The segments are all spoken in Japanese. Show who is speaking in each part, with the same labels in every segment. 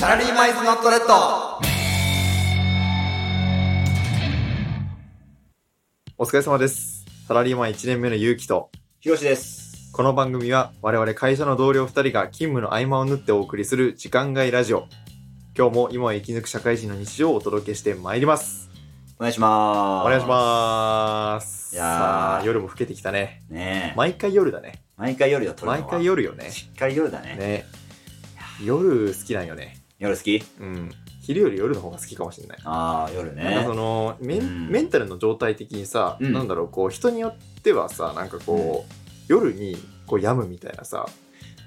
Speaker 1: サラリーマイズノットレッド
Speaker 2: お疲れ様です。サラリーマン1年目のゆうきと、
Speaker 1: ひろしです
Speaker 2: この番組は我々会社の同僚2人が勤務の合間を縫ってお送りする時間外ラジオ。今日も今を生き抜く社会人の日常をお届けしてまいります。
Speaker 1: お願いしま
Speaker 2: お
Speaker 1: す
Speaker 2: 願いします。
Speaker 1: いやー
Speaker 2: さあ、夜も更けてきたね。
Speaker 1: すねえ
Speaker 2: 毎回夜だね。
Speaker 1: 毎回夜よ撮るのは
Speaker 2: 毎回夜よね。
Speaker 1: しっかり夜だね
Speaker 2: ね。夜好きなんよね。
Speaker 1: 夜好き
Speaker 2: うん。昼より夜の方が好きかもしれない。
Speaker 1: ああ夜
Speaker 2: なんか
Speaker 1: ね
Speaker 2: そのメン,、
Speaker 1: うん
Speaker 2: メンタルの状態的にさ、
Speaker 1: うん
Speaker 2: なんだろうこう人によってはさなんかこう、夜にこう病むみたいなさ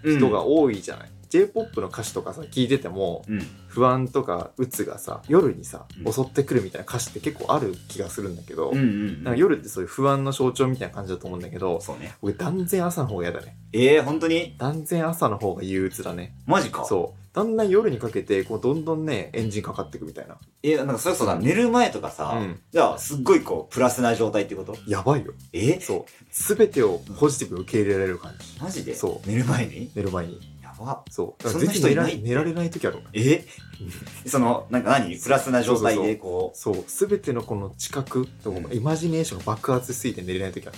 Speaker 2: 人が多いじゃない、j p o p の歌詞とかさ聞いてても
Speaker 1: うん、うん
Speaker 2: 不安とか鬱がさ夜にさ
Speaker 1: うん
Speaker 2: 襲ってくるみたいな歌詞って結構ある気がするんだけど、
Speaker 1: うんうん、
Speaker 2: なんか夜ってそういう不安の象徴みたいな感じだと思うんだけど
Speaker 1: そうね
Speaker 2: 俺断然朝の方が嫌だね
Speaker 1: ええー、本当に
Speaker 2: 断然朝の方が憂鬱だね
Speaker 1: マジかう
Speaker 2: そうだんだん夜にかけてこうどんどんねエンジンかかってくみたいな
Speaker 1: えー、なんかそれこそさ寝る前とかさ、
Speaker 2: うん
Speaker 1: じゃあすっごいこうプラスな状態ってこと
Speaker 2: やばいよ
Speaker 1: え
Speaker 2: そう。すべてをポジティブに受け入れられる感じ。
Speaker 1: マジで
Speaker 2: そう
Speaker 1: 寝る前に
Speaker 2: 寝る前に。
Speaker 1: やば
Speaker 2: そう。
Speaker 1: そんな人いない
Speaker 2: 全然寝られ寝られない時あるもん
Speaker 1: えそのなんか何プラスな状態でこ
Speaker 2: そう。すべてのこの知覚とか、
Speaker 1: うん
Speaker 2: イマジネーションが爆発しすぎて寝れない時あ
Speaker 1: う
Speaker 2: る。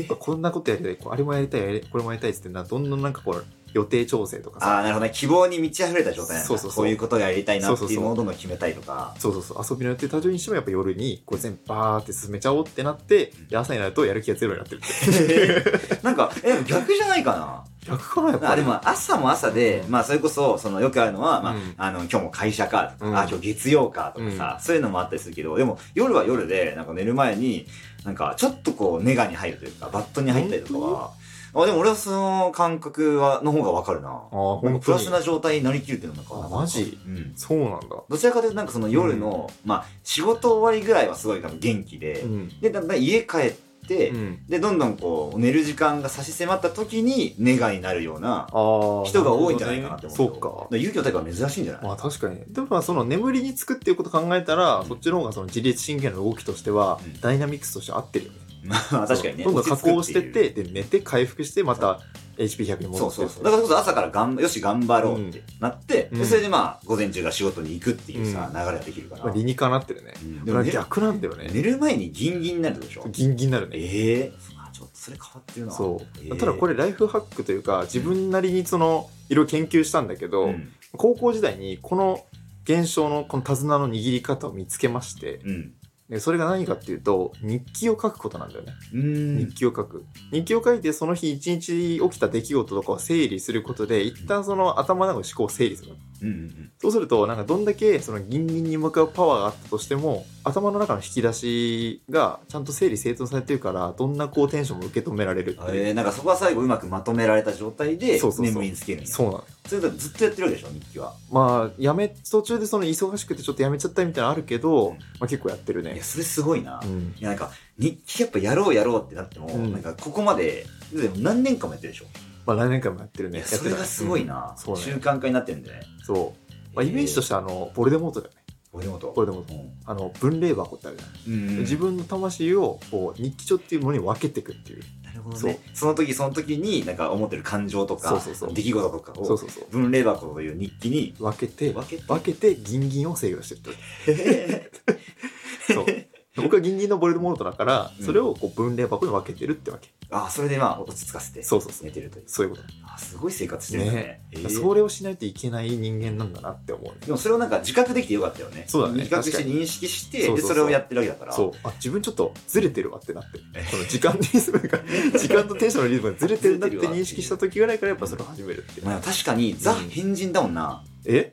Speaker 1: え
Speaker 2: こんなことやりたい、こうあれもやりたい、あれこれもやりたいっつってな、どんどんなんかこう、予定調整とか
Speaker 1: ああ、
Speaker 2: さ。
Speaker 1: なるほどね。希望に満ち溢れた状態なんだ。
Speaker 2: そうそうそう
Speaker 1: こういうことをやりたいなって
Speaker 2: そう
Speaker 1: い
Speaker 2: そううそう
Speaker 1: のをどんどん決めたいとか。
Speaker 2: そうそうそう遊びの予定多重にしてもやっぱ夜にこう全部バーって進めちゃおうってなってで朝になるとやる気がゼロになってるって
Speaker 1: なんか、え、でも逆じゃないか
Speaker 2: 逆かなやっ
Speaker 1: な。
Speaker 2: ぱ
Speaker 1: あ、
Speaker 2: り
Speaker 1: でも朝も朝で、まあそれこそ、そのよくあるのは、まあ、
Speaker 2: うん
Speaker 1: あの、今日も会社かとか、
Speaker 2: うん
Speaker 1: あ、今日月曜かとかさ、そういうのもあったりするけど、でも夜は夜で、なんか寝る前に、なんかちょっとこう、ネガに入るというか、バットに入ったりとかは、あでも俺はその感覚は、の方がわかるな。
Speaker 2: あー
Speaker 1: なん
Speaker 2: 本
Speaker 1: かプラ
Speaker 2: 当
Speaker 1: ス
Speaker 2: に
Speaker 1: な状態になりきるっていうのなんか
Speaker 2: あマジ
Speaker 1: うん。
Speaker 2: そうなんだ
Speaker 1: どちらかというとなんかその夜の、まあ仕事終わりぐらいはすごいなんか元気で、
Speaker 2: うん
Speaker 1: でだんだん家帰って、
Speaker 2: うん
Speaker 1: でどんどんこう寝る時間が差し迫った時にネガになるような
Speaker 2: あー
Speaker 1: 人が多いんじゃないかなって思う
Speaker 2: そ
Speaker 1: よ
Speaker 2: うか
Speaker 1: だら勇気のタイプは珍しいんじゃない、
Speaker 2: まあ確かにねでもまあその眠りにつくっていうことを考えたら、そっちの方がその自律神経の動きとしては、
Speaker 1: うん
Speaker 2: ダイナミクスとして合ってるよね
Speaker 1: まあ確かにね
Speaker 2: どんどん加工してっ
Speaker 1: 落ち着く
Speaker 2: てで寝て回復してまた HP100 に
Speaker 1: いうそ
Speaker 2: 戻
Speaker 1: う
Speaker 2: って
Speaker 1: そうそうだからこそ朝からがんよし頑張ろうってなって、
Speaker 2: うん
Speaker 1: でそれでまあ午前中が仕事に行くっていうさ、
Speaker 2: うん
Speaker 1: 流れができるから、
Speaker 2: まあ、理にかなってるね
Speaker 1: うん
Speaker 2: で
Speaker 1: で
Speaker 2: も
Speaker 1: もね
Speaker 2: 逆なんだよね
Speaker 1: 寝る前にギンギンになるってことでしょ
Speaker 2: ギンギンになるね
Speaker 1: ええあちょっとそれ変わってるな
Speaker 2: そう、
Speaker 1: えー
Speaker 2: ただこれライフハックというか自分なりにそのいろいろ研究したんだけど、
Speaker 1: うん
Speaker 2: 高校時代にこの現象のこの手綱の握り方を見つけまして
Speaker 1: うん
Speaker 2: でそれが何かっていうと日記を書くことなんだよね
Speaker 1: うー
Speaker 2: 日記を書く日記を書いてその日一日起きた出来事とかを整理することで一旦その頭の中の思考を整理する
Speaker 1: うんうん
Speaker 2: そうするとなんかどんだけそのギンギンに向かうパワーがあったとしても頭の中の引き出しがちゃんと整理整頓されてるからどんなこうテンションも受け止められるって
Speaker 1: うん
Speaker 2: いう、
Speaker 1: えー、なんかそこは最後うまくまとめられた状態で
Speaker 2: そうそうそう
Speaker 1: 眠りにつけるんや
Speaker 2: そうなのよ
Speaker 1: それだとずっとやってるわけでしょ日記は、
Speaker 2: まあやめ途中でその忙しくてちょっとやめちゃったみたいなのあるけど、
Speaker 1: うん
Speaker 2: まあ、結構やってる
Speaker 1: い
Speaker 2: ね
Speaker 1: やそれすごいな、
Speaker 2: う
Speaker 1: い
Speaker 2: ん
Speaker 1: やなんか日記やっぱやろうやろうってなっても、
Speaker 2: うん
Speaker 1: なんかここまででも何年間もやってるでしょ、
Speaker 2: まあ何年間もやってるね
Speaker 1: い
Speaker 2: や
Speaker 1: や
Speaker 2: って
Speaker 1: それがすごいな、
Speaker 2: そうね
Speaker 1: 習慣化になってるんでね
Speaker 2: たそう、まあ、イメージとしてあのボルデモートだよね
Speaker 1: ボルデモート
Speaker 2: ボルデモートあの分霊箱ってあるじゃん
Speaker 1: うん、うんうん
Speaker 2: 自分の魂をこう日記帳っていうものに分けていくっていう
Speaker 1: なるほどねその時その時になんか思ってる感情とか
Speaker 2: そうそうそう
Speaker 1: 出来事とか
Speaker 2: そう
Speaker 1: を
Speaker 2: そうそう
Speaker 1: 分類箱という日記に
Speaker 2: 分けて
Speaker 1: 分けて
Speaker 2: 分けてギンギンを制御してるってこ とそう
Speaker 1: え
Speaker 2: 僕はギンギンのボルデモートだから
Speaker 1: うん
Speaker 2: それをこう分類箱に分けてるってわけ
Speaker 1: あそれでまあ落ち着かせて
Speaker 2: そうそうそう
Speaker 1: 寝てるという
Speaker 2: そういうこ
Speaker 1: あすごい生活してるんだねえ
Speaker 2: と
Speaker 1: ー
Speaker 2: それをしないといけない人間なんだなって思うね
Speaker 1: でもそれをなんか自覚できてよかったよね。
Speaker 2: そうだね
Speaker 1: 自覚して
Speaker 2: 確か
Speaker 1: 認識して、
Speaker 2: そうそう
Speaker 1: で、
Speaker 2: そう
Speaker 1: それをやってるわけだから。
Speaker 2: そうあ自分ちょっとずれてるわってなって
Speaker 1: え
Speaker 2: この時間のリズム が時間とテンションのリズムがずれてるなって認識した時ぐらいからやっぱそれを始めるっていう
Speaker 1: まあ確かに、ザ
Speaker 2: うん
Speaker 1: 変人だもんな。
Speaker 2: え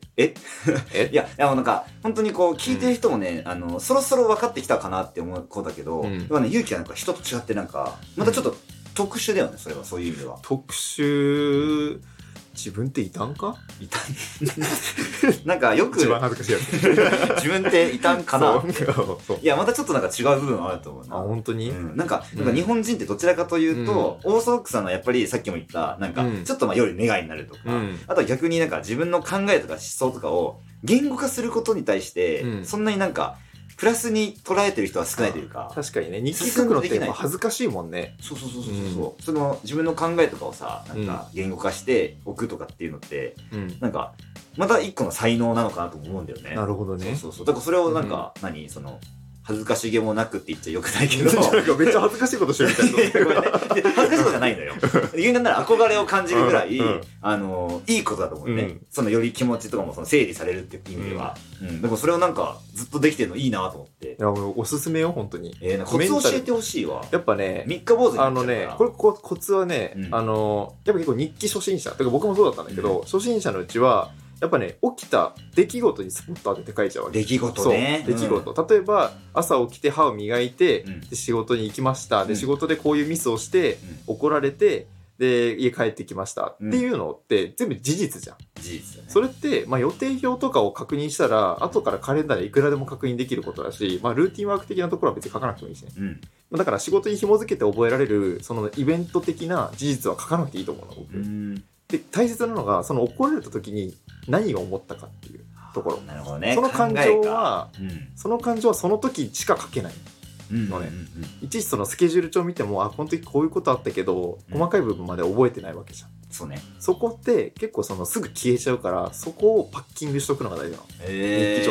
Speaker 1: いや、あのなんか、本当にこう、聞いてる人もね、あの、そろそろ分かってきたかなって思う子だけど、
Speaker 2: う
Speaker 1: や
Speaker 2: ん
Speaker 1: っぱね、勇気はなんか人と違ってなんか、またちょっと特殊だよね、それは、そういう意味で は。
Speaker 2: 特集自分って異端か
Speaker 1: 異端。なんかよく、
Speaker 2: 一番
Speaker 1: 自
Speaker 2: 恥ずかしいやつ
Speaker 1: 分って異端かな。
Speaker 2: そうそう
Speaker 1: いや、またちょっとなんか違う部分はあると思うな。
Speaker 2: あ本当に、
Speaker 1: うんなんか、なんか日本人ってどちらかというと、オーソドックスなのはやっぱりさっきも言った、なんか
Speaker 2: うん、
Speaker 1: ちょっとまあ夜願いになるとか、
Speaker 2: うん
Speaker 1: あとは逆になんか自分の考えとか思想とかを言語化することに対して、
Speaker 2: うん
Speaker 1: そんなになんか、プラスに捉えてる人は少ないというか、
Speaker 2: 確かにね日記書くのってやっぱ恥ずかしいもんね
Speaker 1: そうそうそうそうそう、その自分の考えとかをさ、なんか言語化しておくとかっていうのって、
Speaker 2: うん
Speaker 1: なんか、また一個の才能なのかなとも思うんだよね。
Speaker 2: なるほどね。
Speaker 1: そうそうそう。だからそれをなんか、何その、恥ずかしげもなくって言っちゃよくないけ ど。
Speaker 2: なんかめっちゃ恥ずかしいことして るみ
Speaker 1: いやごめん
Speaker 2: たいな。
Speaker 1: ね恥ずかしいことじゃないのよ。言うなんなら憧れを感じるぐらい、
Speaker 2: うんうん
Speaker 1: あのいいことだと思うね。
Speaker 2: うん
Speaker 1: そのより気持ちとかもその整理されるっていう意味では。うん。でもそれをなんかずっとできてるのいいなと思って
Speaker 2: い。や、もうおすすめよ、本当に。
Speaker 1: えー、なんかコツ教えてほしいわ。
Speaker 2: やっぱね、
Speaker 1: 三日坊主になっちゃ
Speaker 2: あ
Speaker 1: うか
Speaker 2: のね
Speaker 1: ら、
Speaker 2: これこコツはね、
Speaker 1: うん
Speaker 2: あのやっぱ結構日記初心者てか僕もそうだったんだけど、初心者のうちはやっぱね起きた出来事にスポット当てて書いちゃうわけ
Speaker 1: 出来事ね。
Speaker 2: そう出来事、例えば朝起きて歯を磨いて、
Speaker 1: うん
Speaker 2: で仕事に行きました
Speaker 1: う
Speaker 2: で
Speaker 1: ん
Speaker 2: 仕事でこういうミスをして、怒られてで家帰ってきました、
Speaker 1: うん
Speaker 2: っていうのって全部事実じゃん
Speaker 1: うん事実だね。
Speaker 2: それって、まあ、予定表とかを確認したら後からカレンダーでいくらでも確認できることだし、まあ、ルーティンワーク的なところは別に書かなくてもいいしね
Speaker 1: うん。
Speaker 2: まあだから仕事に紐づけて覚えられるそのイベント的な事実は書かなくていいと思うの僕、
Speaker 1: うん。
Speaker 2: で大切なのがその怒られた時に何を思ったかっていうところ
Speaker 1: なるほどね。
Speaker 2: その感情は
Speaker 1: 考えか。うん。
Speaker 2: その感情はその時しか書けない
Speaker 1: うん。
Speaker 2: のね
Speaker 1: うんうんうん
Speaker 2: いちいちそのスケジュール帳見てもあこの時こういうことあったけど
Speaker 1: うん
Speaker 2: 細かい部分まで覚えてないわけじゃん
Speaker 1: そうね。
Speaker 2: そこって結構そのすぐ消えちゃうからそこをパッキングしとくのが大事なの、日記帳ってい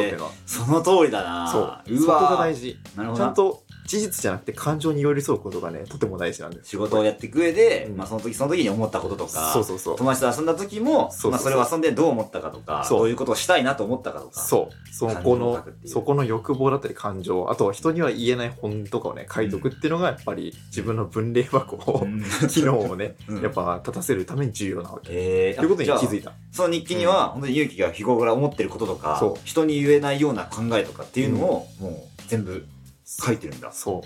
Speaker 1: え
Speaker 2: うのは
Speaker 1: その通りだな
Speaker 2: そう
Speaker 1: う
Speaker 2: そこ
Speaker 1: わ
Speaker 2: が大
Speaker 1: 事。
Speaker 2: 事
Speaker 1: なるほ
Speaker 2: ち
Speaker 1: ど
Speaker 2: ゃ。
Speaker 1: なん
Speaker 2: と事実じゃなくて感情に寄り添うことがねとても大事なんです
Speaker 1: 仕事をやっていく上で、
Speaker 2: うん
Speaker 1: まあその時その時に思ったこととか、
Speaker 2: そうそうそう
Speaker 1: 友達と遊んだ時も、
Speaker 2: そうそうそう
Speaker 1: まあそれを遊んでどう思ったかとか、
Speaker 2: そう
Speaker 1: どういうことをしたいなと思ったかとか。
Speaker 2: そう。そ
Speaker 1: 感情
Speaker 2: こ
Speaker 1: を
Speaker 2: の
Speaker 1: 書くって、いう
Speaker 2: そこの欲望だったり感情、あとは人には言えない本とかをね、書いとくっていうのが、やっぱり自分の分類箱を、
Speaker 1: ん。
Speaker 2: 機能をね、
Speaker 1: うん
Speaker 2: やっぱ立たせるために重要なわけ。
Speaker 1: えー、
Speaker 2: ということに気
Speaker 1: あじゃあ
Speaker 2: づいた。
Speaker 1: その日記には、本当に勇気が日頃から思ってることとか
Speaker 2: そ、
Speaker 1: 人に言えないような考えとかっていうのを、もう全部書いてるんだ。
Speaker 2: そ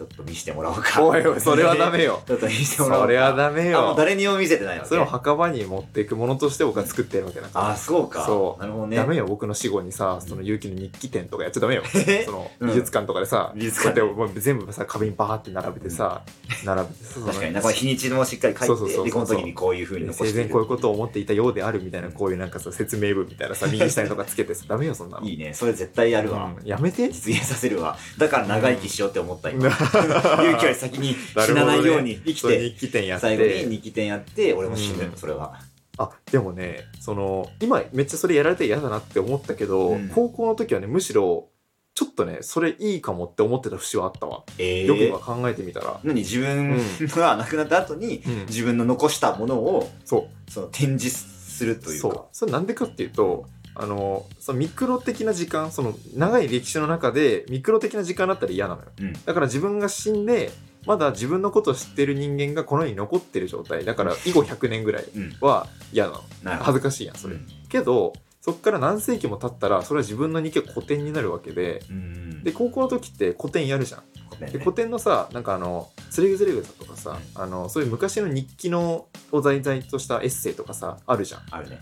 Speaker 1: ちょっと見してもらおうか。
Speaker 2: う。おいおい、 それはダ。メよ。
Speaker 1: ちょっと見してもらおうか。
Speaker 2: それはダメ
Speaker 1: あもう
Speaker 2: よ。
Speaker 1: 誰にも見せてないわけ。
Speaker 2: それを墓場に持っていくものとして僕は作ってるわけだから。
Speaker 1: あ、そうか。
Speaker 2: そう
Speaker 1: なるほどね。
Speaker 2: ダメよ、僕の死後にさ、その勇気の日記展とかやっちゃダメよ。
Speaker 1: え
Speaker 2: その
Speaker 1: うん
Speaker 2: 美術館とかでさ、
Speaker 1: 美術館
Speaker 2: こうやってもう全部さ、壁にバーって並べてさ、並べてさ、その
Speaker 1: 確かにな、これ日にちもしっかり書
Speaker 2: そうそう
Speaker 1: いて、
Speaker 2: そうそう
Speaker 1: で、この時にこういう風に残
Speaker 2: 生
Speaker 1: して
Speaker 2: 前
Speaker 1: る。
Speaker 2: こういうことを思っていたようであるみたいなこういうなんかさ説明文みたいなさ右下にとかつけてさダメよそんなの
Speaker 1: いいね。それ絶対やるわ。
Speaker 2: うんや めて
Speaker 1: 実現させるわ。だから長生きしようって思った今。
Speaker 2: うん
Speaker 1: 勇気より先に死なないように生き
Speaker 2: そう
Speaker 1: て、
Speaker 2: 日記店やっ
Speaker 1: 最後に
Speaker 2: て
Speaker 1: 日記店やって、俺も死ぬ
Speaker 2: う。ん
Speaker 1: それは。
Speaker 2: あでもねその今めっちゃそれやられて嫌だなって思ったけど、
Speaker 1: うん
Speaker 2: 高校の時はねむしろちょっとねそれいいかもって思ってた節はあったわ、
Speaker 1: え
Speaker 2: よく今
Speaker 1: ー。
Speaker 2: 考えてみたら、
Speaker 1: 何自分が亡くなった後に、
Speaker 2: うん
Speaker 1: 自分の残したものを、
Speaker 2: そう
Speaker 1: その展示するという
Speaker 2: そう
Speaker 1: か。
Speaker 2: それなんでかっていうとあのそのミクロ的な時間その長い歴史の中でミクロ的な時間だったら嫌なのよ、
Speaker 1: うん
Speaker 2: だから自分が死んでまだ自分のことを知ってる人間がこの世に残ってる状態だから以後100年ぐらい
Speaker 1: うん。
Speaker 2: は嫌なの
Speaker 1: なるほど。
Speaker 2: 恥ずかしいやんそれ、
Speaker 1: うん
Speaker 2: けどそっから何世紀も経ったらそれは自分の日記が古典になるわけで
Speaker 1: うん。
Speaker 2: で、高校の時って古典やるじゃん
Speaker 1: こね
Speaker 2: で古典のさなんかあの「つれぐずれぐさ」とかさ、あのそういう昔の日記のを題材としたエッセイとかさあるじゃん
Speaker 1: あるね。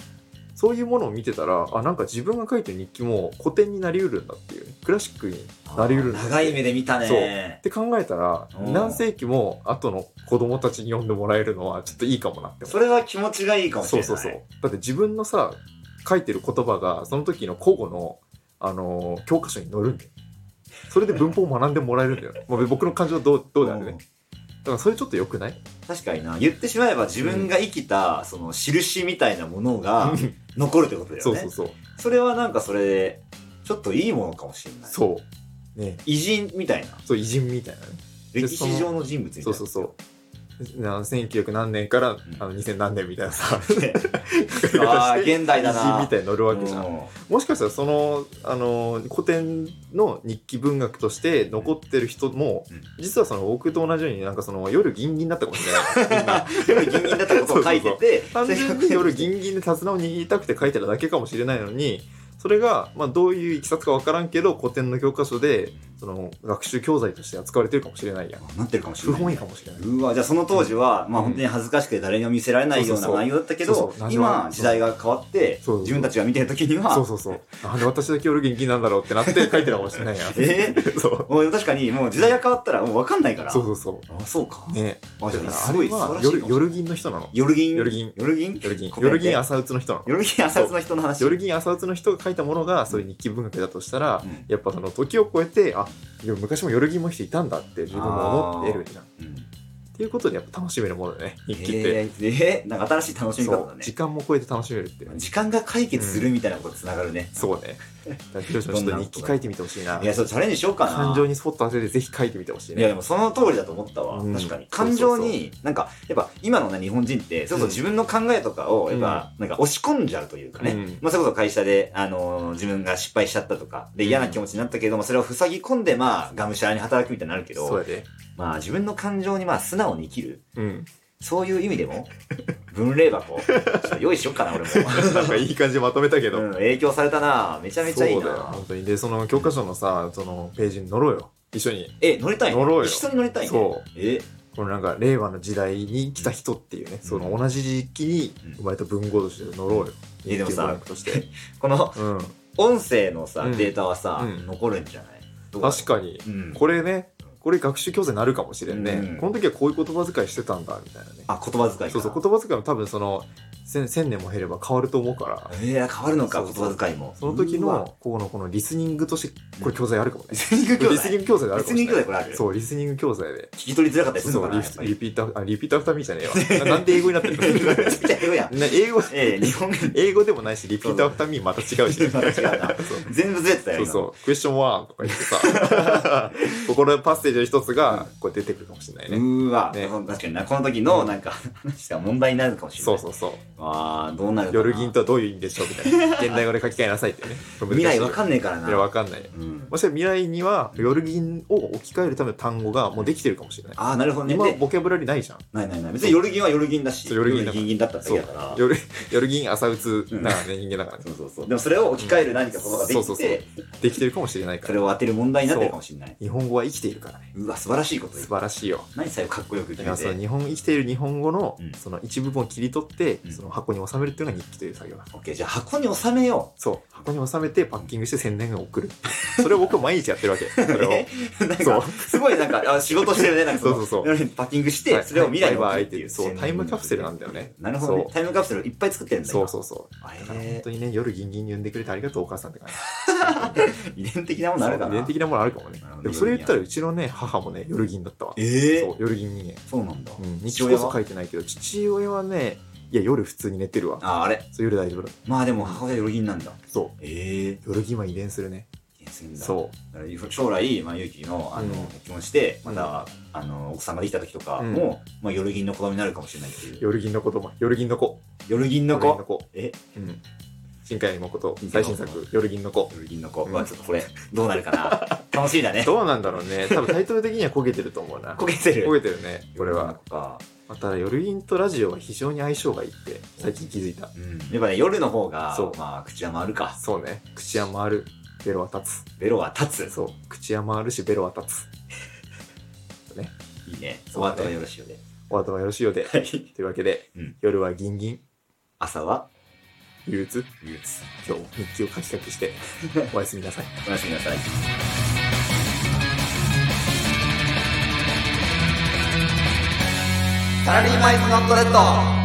Speaker 2: そういうものを見てたら、あ、なんか自分が書いてる日記も古典になりうるんだっていう、クラシックになりうるんだって
Speaker 1: 長い目で見たね
Speaker 2: っ。て考えたら、
Speaker 1: うん
Speaker 2: 何世紀も後の子供たちに読んでもらえるのはちょっといいかもなって思
Speaker 1: それは気持ちがいいかも
Speaker 2: う。
Speaker 1: しれ
Speaker 2: そう
Speaker 1: ない。
Speaker 2: そうそう。だって自分のさ、書いてる言葉がその時の古語の、あのー教科書に載るんだよ。それで文法を学んでもらえるん だよね。まあ僕の感情はどう、どうであれね。だからそれちょっと良くない
Speaker 1: 確かにな言ってしまえば自分が生きた、その印みたいなものが残るってことだよね
Speaker 2: そうそうそう。
Speaker 1: それはなんかそれでちょっといいものかもしれない
Speaker 2: そう。ね
Speaker 1: 偉人みたいな
Speaker 2: そう、偉人みたいなね。
Speaker 1: 歴史上の人物みたいな
Speaker 2: そうそうそう。な1900何年から、あの2000何年みたい なさ、
Speaker 1: あー現代だな
Speaker 2: 偉人みたいに乗るわけじゃん。
Speaker 1: も
Speaker 2: もしかしたらその、あの、古典の日記文学として残ってる人も、
Speaker 1: うん
Speaker 2: 実はその僕と同じように、なんかその夜ギンギンだったかもしれない。み んな
Speaker 1: うギンギンだったことを書いてて
Speaker 2: 単純に夜ギンギンで手綱を握りたくて書いてただけかもしれないのに、それが、まあどういういきさつかわからんけど、古典の教科書で、その学習教材として扱われてるかもしれないやん。
Speaker 1: なってるかもしれ
Speaker 2: 不
Speaker 1: ない
Speaker 2: 本意かもしれない。
Speaker 1: うわじゃあその当時は、まあ本当に恥ずかしくて誰にも見せられないよう
Speaker 2: そう
Speaker 1: な
Speaker 2: そうそう
Speaker 1: 内容だったけ
Speaker 2: そう
Speaker 1: ど
Speaker 2: そう
Speaker 1: 今時代が変わって
Speaker 2: そうそう
Speaker 1: 自分たちが見てる時には。
Speaker 2: そうそうそう。なんで私だけ夜元気なんだろうってなって書いてるかもしれないや
Speaker 1: え
Speaker 2: そう。
Speaker 1: もう確かにもう時代が変わったらもう分かんないから
Speaker 2: そうそうそ
Speaker 1: あそうか
Speaker 2: う。ね。
Speaker 1: あ
Speaker 2: だ
Speaker 1: じ
Speaker 2: か
Speaker 1: ゃあ
Speaker 2: ら
Speaker 1: す
Speaker 2: あ
Speaker 1: ご
Speaker 2: れ
Speaker 1: い素晴
Speaker 2: は
Speaker 1: らしいかも
Speaker 2: 夜
Speaker 1: しれない
Speaker 2: 夜銀の人なの。
Speaker 1: 夜銀
Speaker 2: 夜銀
Speaker 1: 夜銀
Speaker 2: 夜銀。
Speaker 1: ここ
Speaker 2: 夜銀朝うつの人なの。
Speaker 1: 夜銀浅津の人の話
Speaker 2: 夜銀朝うつの人が書いたものがそういう日記文学だとしたら、
Speaker 1: うん
Speaker 2: やっぱその時を超えて、あ、いや昔も夜銀も人いたんだって自分も思ってるじゃん。っ
Speaker 1: うん
Speaker 2: っていうことでやっぱ楽しめるものだね日記って、
Speaker 1: えーえーなんか新しい楽しみ
Speaker 2: そ
Speaker 1: 方だ
Speaker 2: う
Speaker 1: ね
Speaker 2: 時間も超えて楽しめるっていう
Speaker 1: 時間が解決するみたいなことつながるね、
Speaker 2: そう ねだからひろしもちょっと日記書いてみてほしいない
Speaker 1: やそうチャレンジしようかな
Speaker 2: 感情にスポット当ててぜひ書いてみてほし
Speaker 1: い
Speaker 2: い
Speaker 1: や
Speaker 2: ね
Speaker 1: でもその通りだと思ったわ、
Speaker 2: うん
Speaker 1: 確かに
Speaker 2: そ
Speaker 1: 感
Speaker 2: うそうそう
Speaker 1: 情になんかやっぱ今のね日本人ってそうそう自分の考えとかをやっぱなんか押し込んじゃうというかね、
Speaker 2: うん
Speaker 1: まあそれこそ会社で、あのー自分が失敗しちゃったとかで嫌な気持ちになったけどもそれを塞ぎ込んでまあがむしゃらに働くみたいになるけ
Speaker 2: そう
Speaker 1: ど
Speaker 2: やで
Speaker 1: まあ自分の感情にまあ素直に生きる
Speaker 2: うん
Speaker 1: そういう意味でも文例箱ちょっと用意しよっかな俺も、
Speaker 2: なんかいい感じでまとめたけど、
Speaker 1: うん、影響されたなめちゃめちゃいい
Speaker 2: そうだよ
Speaker 1: な
Speaker 2: 本当にでその教科書のさそのページに乗ろうよ一緒に
Speaker 1: え乗りたいの
Speaker 2: 乗ろうよ
Speaker 1: 一緒に乗りたいね
Speaker 2: そう
Speaker 1: え
Speaker 2: このなんか令和の時代に来た人っていうね、その同じ時期に生まれた文豪として乗ろうよ、
Speaker 1: うんえでもさ
Speaker 2: 日記の娯楽と して、
Speaker 1: この
Speaker 2: うん、
Speaker 1: 音声のさ、
Speaker 2: うん
Speaker 1: データはさ、
Speaker 2: うん
Speaker 1: 残るんじゃないどうだろう
Speaker 2: 確かに
Speaker 1: うん、
Speaker 2: これねこれ学習教材になるかもしれんね、
Speaker 1: うん
Speaker 2: この時はこういう言葉遣いしてたんだみたいなね
Speaker 1: あ言葉遣いか
Speaker 2: そうそう言葉遣いも多分その千千年も減れば変わると思うから
Speaker 1: えー、変わるのか
Speaker 2: そうそう
Speaker 1: 言葉遣いも
Speaker 2: その時
Speaker 1: うわ
Speaker 2: のこのこのリスニングとしてこれ教材あるかもね、
Speaker 1: リスニング教
Speaker 2: リスニ
Speaker 1: 材
Speaker 2: ング教材である
Speaker 1: リ
Speaker 2: か
Speaker 1: ス
Speaker 2: もし
Speaker 1: ニ
Speaker 2: れ
Speaker 1: ング教
Speaker 2: な
Speaker 1: 材
Speaker 2: い
Speaker 1: これある
Speaker 2: そうリスニング教材で
Speaker 1: 聞き取りづらかったり
Speaker 2: そう
Speaker 1: するの
Speaker 2: そう
Speaker 1: か
Speaker 2: リ
Speaker 1: な
Speaker 2: フリピートアフあリピートアフターミーじゃねえわななんで英語になってる
Speaker 1: やっぱ
Speaker 2: の
Speaker 1: りちっちゃ い英語やん
Speaker 2: ね英語
Speaker 1: ええ日本語
Speaker 2: 英語でもないしリピートアフターミーまた違うし、ね、
Speaker 1: また違うな
Speaker 2: そう
Speaker 1: 全部ずれてたよ
Speaker 2: そう
Speaker 1: 今
Speaker 2: そう、クエスチョンワンとか言っ てさ、ここのパッセージの一つが、こう出てくるかもしれないうね。
Speaker 1: ーわ、
Speaker 2: ね
Speaker 1: そう確かになこの時のなんか話が問題になるかもしれな
Speaker 2: そ
Speaker 1: いう
Speaker 2: そうそう。
Speaker 1: あーどうなるかな
Speaker 2: 夜銀とはどういう意味でしょうみたいな。現代語で書き換えなさいってね。
Speaker 1: 未来わか
Speaker 2: ん
Speaker 1: んねえからな
Speaker 2: ない。わかんない。
Speaker 1: うん、
Speaker 2: もしかしたら未来には、夜銀を置き換えるための単語がもうできてるかもしれない。
Speaker 1: ああなるほどね
Speaker 2: 今、
Speaker 1: で
Speaker 2: ボキャブラリーないじゃん。
Speaker 1: ないないない別に夜銀は夜銀だし
Speaker 2: そう夜銀だから
Speaker 1: 銀銀だっただけだから
Speaker 2: 夜、夜銀、朝打つ、なんかね、人間だからね。
Speaker 1: そうそうそうでもそれを置き換える何か言葉がで
Speaker 2: そ
Speaker 1: き
Speaker 2: うそうそ
Speaker 1: て
Speaker 2: うできてるかもしれないか
Speaker 1: そ
Speaker 2: ら。
Speaker 1: れを当てる問題になってるかもしれないう
Speaker 2: 日本語は生きているからね。
Speaker 1: うわ素晴らしいこと言
Speaker 2: 素
Speaker 1: う
Speaker 2: 晴らしいよ。
Speaker 1: 何最後かっこよく決
Speaker 2: だ
Speaker 1: め
Speaker 2: からその
Speaker 1: て
Speaker 2: 日本生きている日本語の
Speaker 1: うん
Speaker 2: その一部分を切り取って
Speaker 1: うん
Speaker 2: その箱に収めるっていうのが日記という作業だ
Speaker 1: OK じゃあ箱に収めよ
Speaker 2: そう箱に収めてパッキングして宣伝を送る それを僕は毎日やってる わけ
Speaker 1: う
Speaker 2: それを
Speaker 1: なん
Speaker 2: そう
Speaker 1: かすごいなんかあ仕事してるねなんか
Speaker 2: そう
Speaker 1: そ
Speaker 2: そう
Speaker 1: のパッキングしてそれを未来に
Speaker 2: は
Speaker 1: 送る
Speaker 2: いバイバイ
Speaker 1: っ
Speaker 2: っててい
Speaker 1: いうう
Speaker 2: そうタイムカプセルなんだよね
Speaker 1: なるほどね
Speaker 2: そう
Speaker 1: タイムカプセルいっぱい作ってるんだ
Speaker 2: そ
Speaker 1: よ
Speaker 2: うそうそう
Speaker 1: あ
Speaker 2: だから本
Speaker 1: れ
Speaker 2: 当にね夜銀銀に呼んでくれてありがとうお母さんって感じ
Speaker 1: 遺伝的なものあるか
Speaker 2: そう
Speaker 1: な
Speaker 2: 遺伝的なものあるかもね
Speaker 1: なるほど
Speaker 2: でもそれ言ったらうちのね母もね夜銀だったわ
Speaker 1: え
Speaker 2: そう
Speaker 1: え
Speaker 2: 夜銀人間
Speaker 1: そうなんだ
Speaker 2: うん日
Speaker 1: 父
Speaker 2: 記
Speaker 1: 親
Speaker 2: こ
Speaker 1: は
Speaker 2: そ書いてないけど父親はねいや夜普通に寝てるわ
Speaker 1: ああれ
Speaker 2: そう夜大丈夫だ
Speaker 1: まあでも母親夜銀なんだ
Speaker 2: そ
Speaker 1: ええ
Speaker 2: う夜銀は遺伝するね
Speaker 1: 遺伝するんだ
Speaker 2: そう
Speaker 1: だから将来、まあ、ゆうきの、あの、
Speaker 2: うん
Speaker 1: 結婚して、
Speaker 2: う
Speaker 1: ま
Speaker 2: ん
Speaker 1: た、あの、奥さんができた時とか
Speaker 2: うん
Speaker 1: も、まあ、夜銀の子供になるかもしれないっていう。
Speaker 2: 夜銀の子供夜銀の子
Speaker 1: 夜銀の
Speaker 2: 夜銀
Speaker 1: 子
Speaker 2: の子
Speaker 1: え
Speaker 2: うん新海誠
Speaker 1: 新海
Speaker 2: 最
Speaker 1: 誠
Speaker 2: 新作「夜銀の 子
Speaker 1: 夜銀の子。
Speaker 2: うん
Speaker 1: まあ、ちょっとこれ、どうなるか な。楽しいだ」ね。
Speaker 2: どうなんだろうね多分タイトル的には焦げてると思うな
Speaker 1: 焦げてる。
Speaker 2: 焦げてるねこ
Speaker 1: 夜
Speaker 2: れ
Speaker 1: 銀
Speaker 2: は
Speaker 1: の子か。
Speaker 2: まあただ夜銀とラジオは非常に相性がいいって最近気づいた
Speaker 1: うん。やっぱね、夜の方が
Speaker 2: そう、
Speaker 1: まあ、口は回るか。
Speaker 2: そうね口は回るベロは立
Speaker 1: ベロは立
Speaker 2: つそう口は回るしベロは立つ
Speaker 1: つ。いいね。
Speaker 2: そう
Speaker 1: お
Speaker 2: だね
Speaker 1: 後がよろしいよね。
Speaker 2: お後はよろしいようで
Speaker 1: はい。
Speaker 2: というわけで、
Speaker 1: うん
Speaker 2: 夜はギンギン
Speaker 1: 朝は、
Speaker 2: 憂鬱
Speaker 1: 憂鬱。
Speaker 2: 今日日記を書き書 きしておやすみなさい
Speaker 1: おやすみなさい。
Speaker 3: サラリーマンイズノットレッド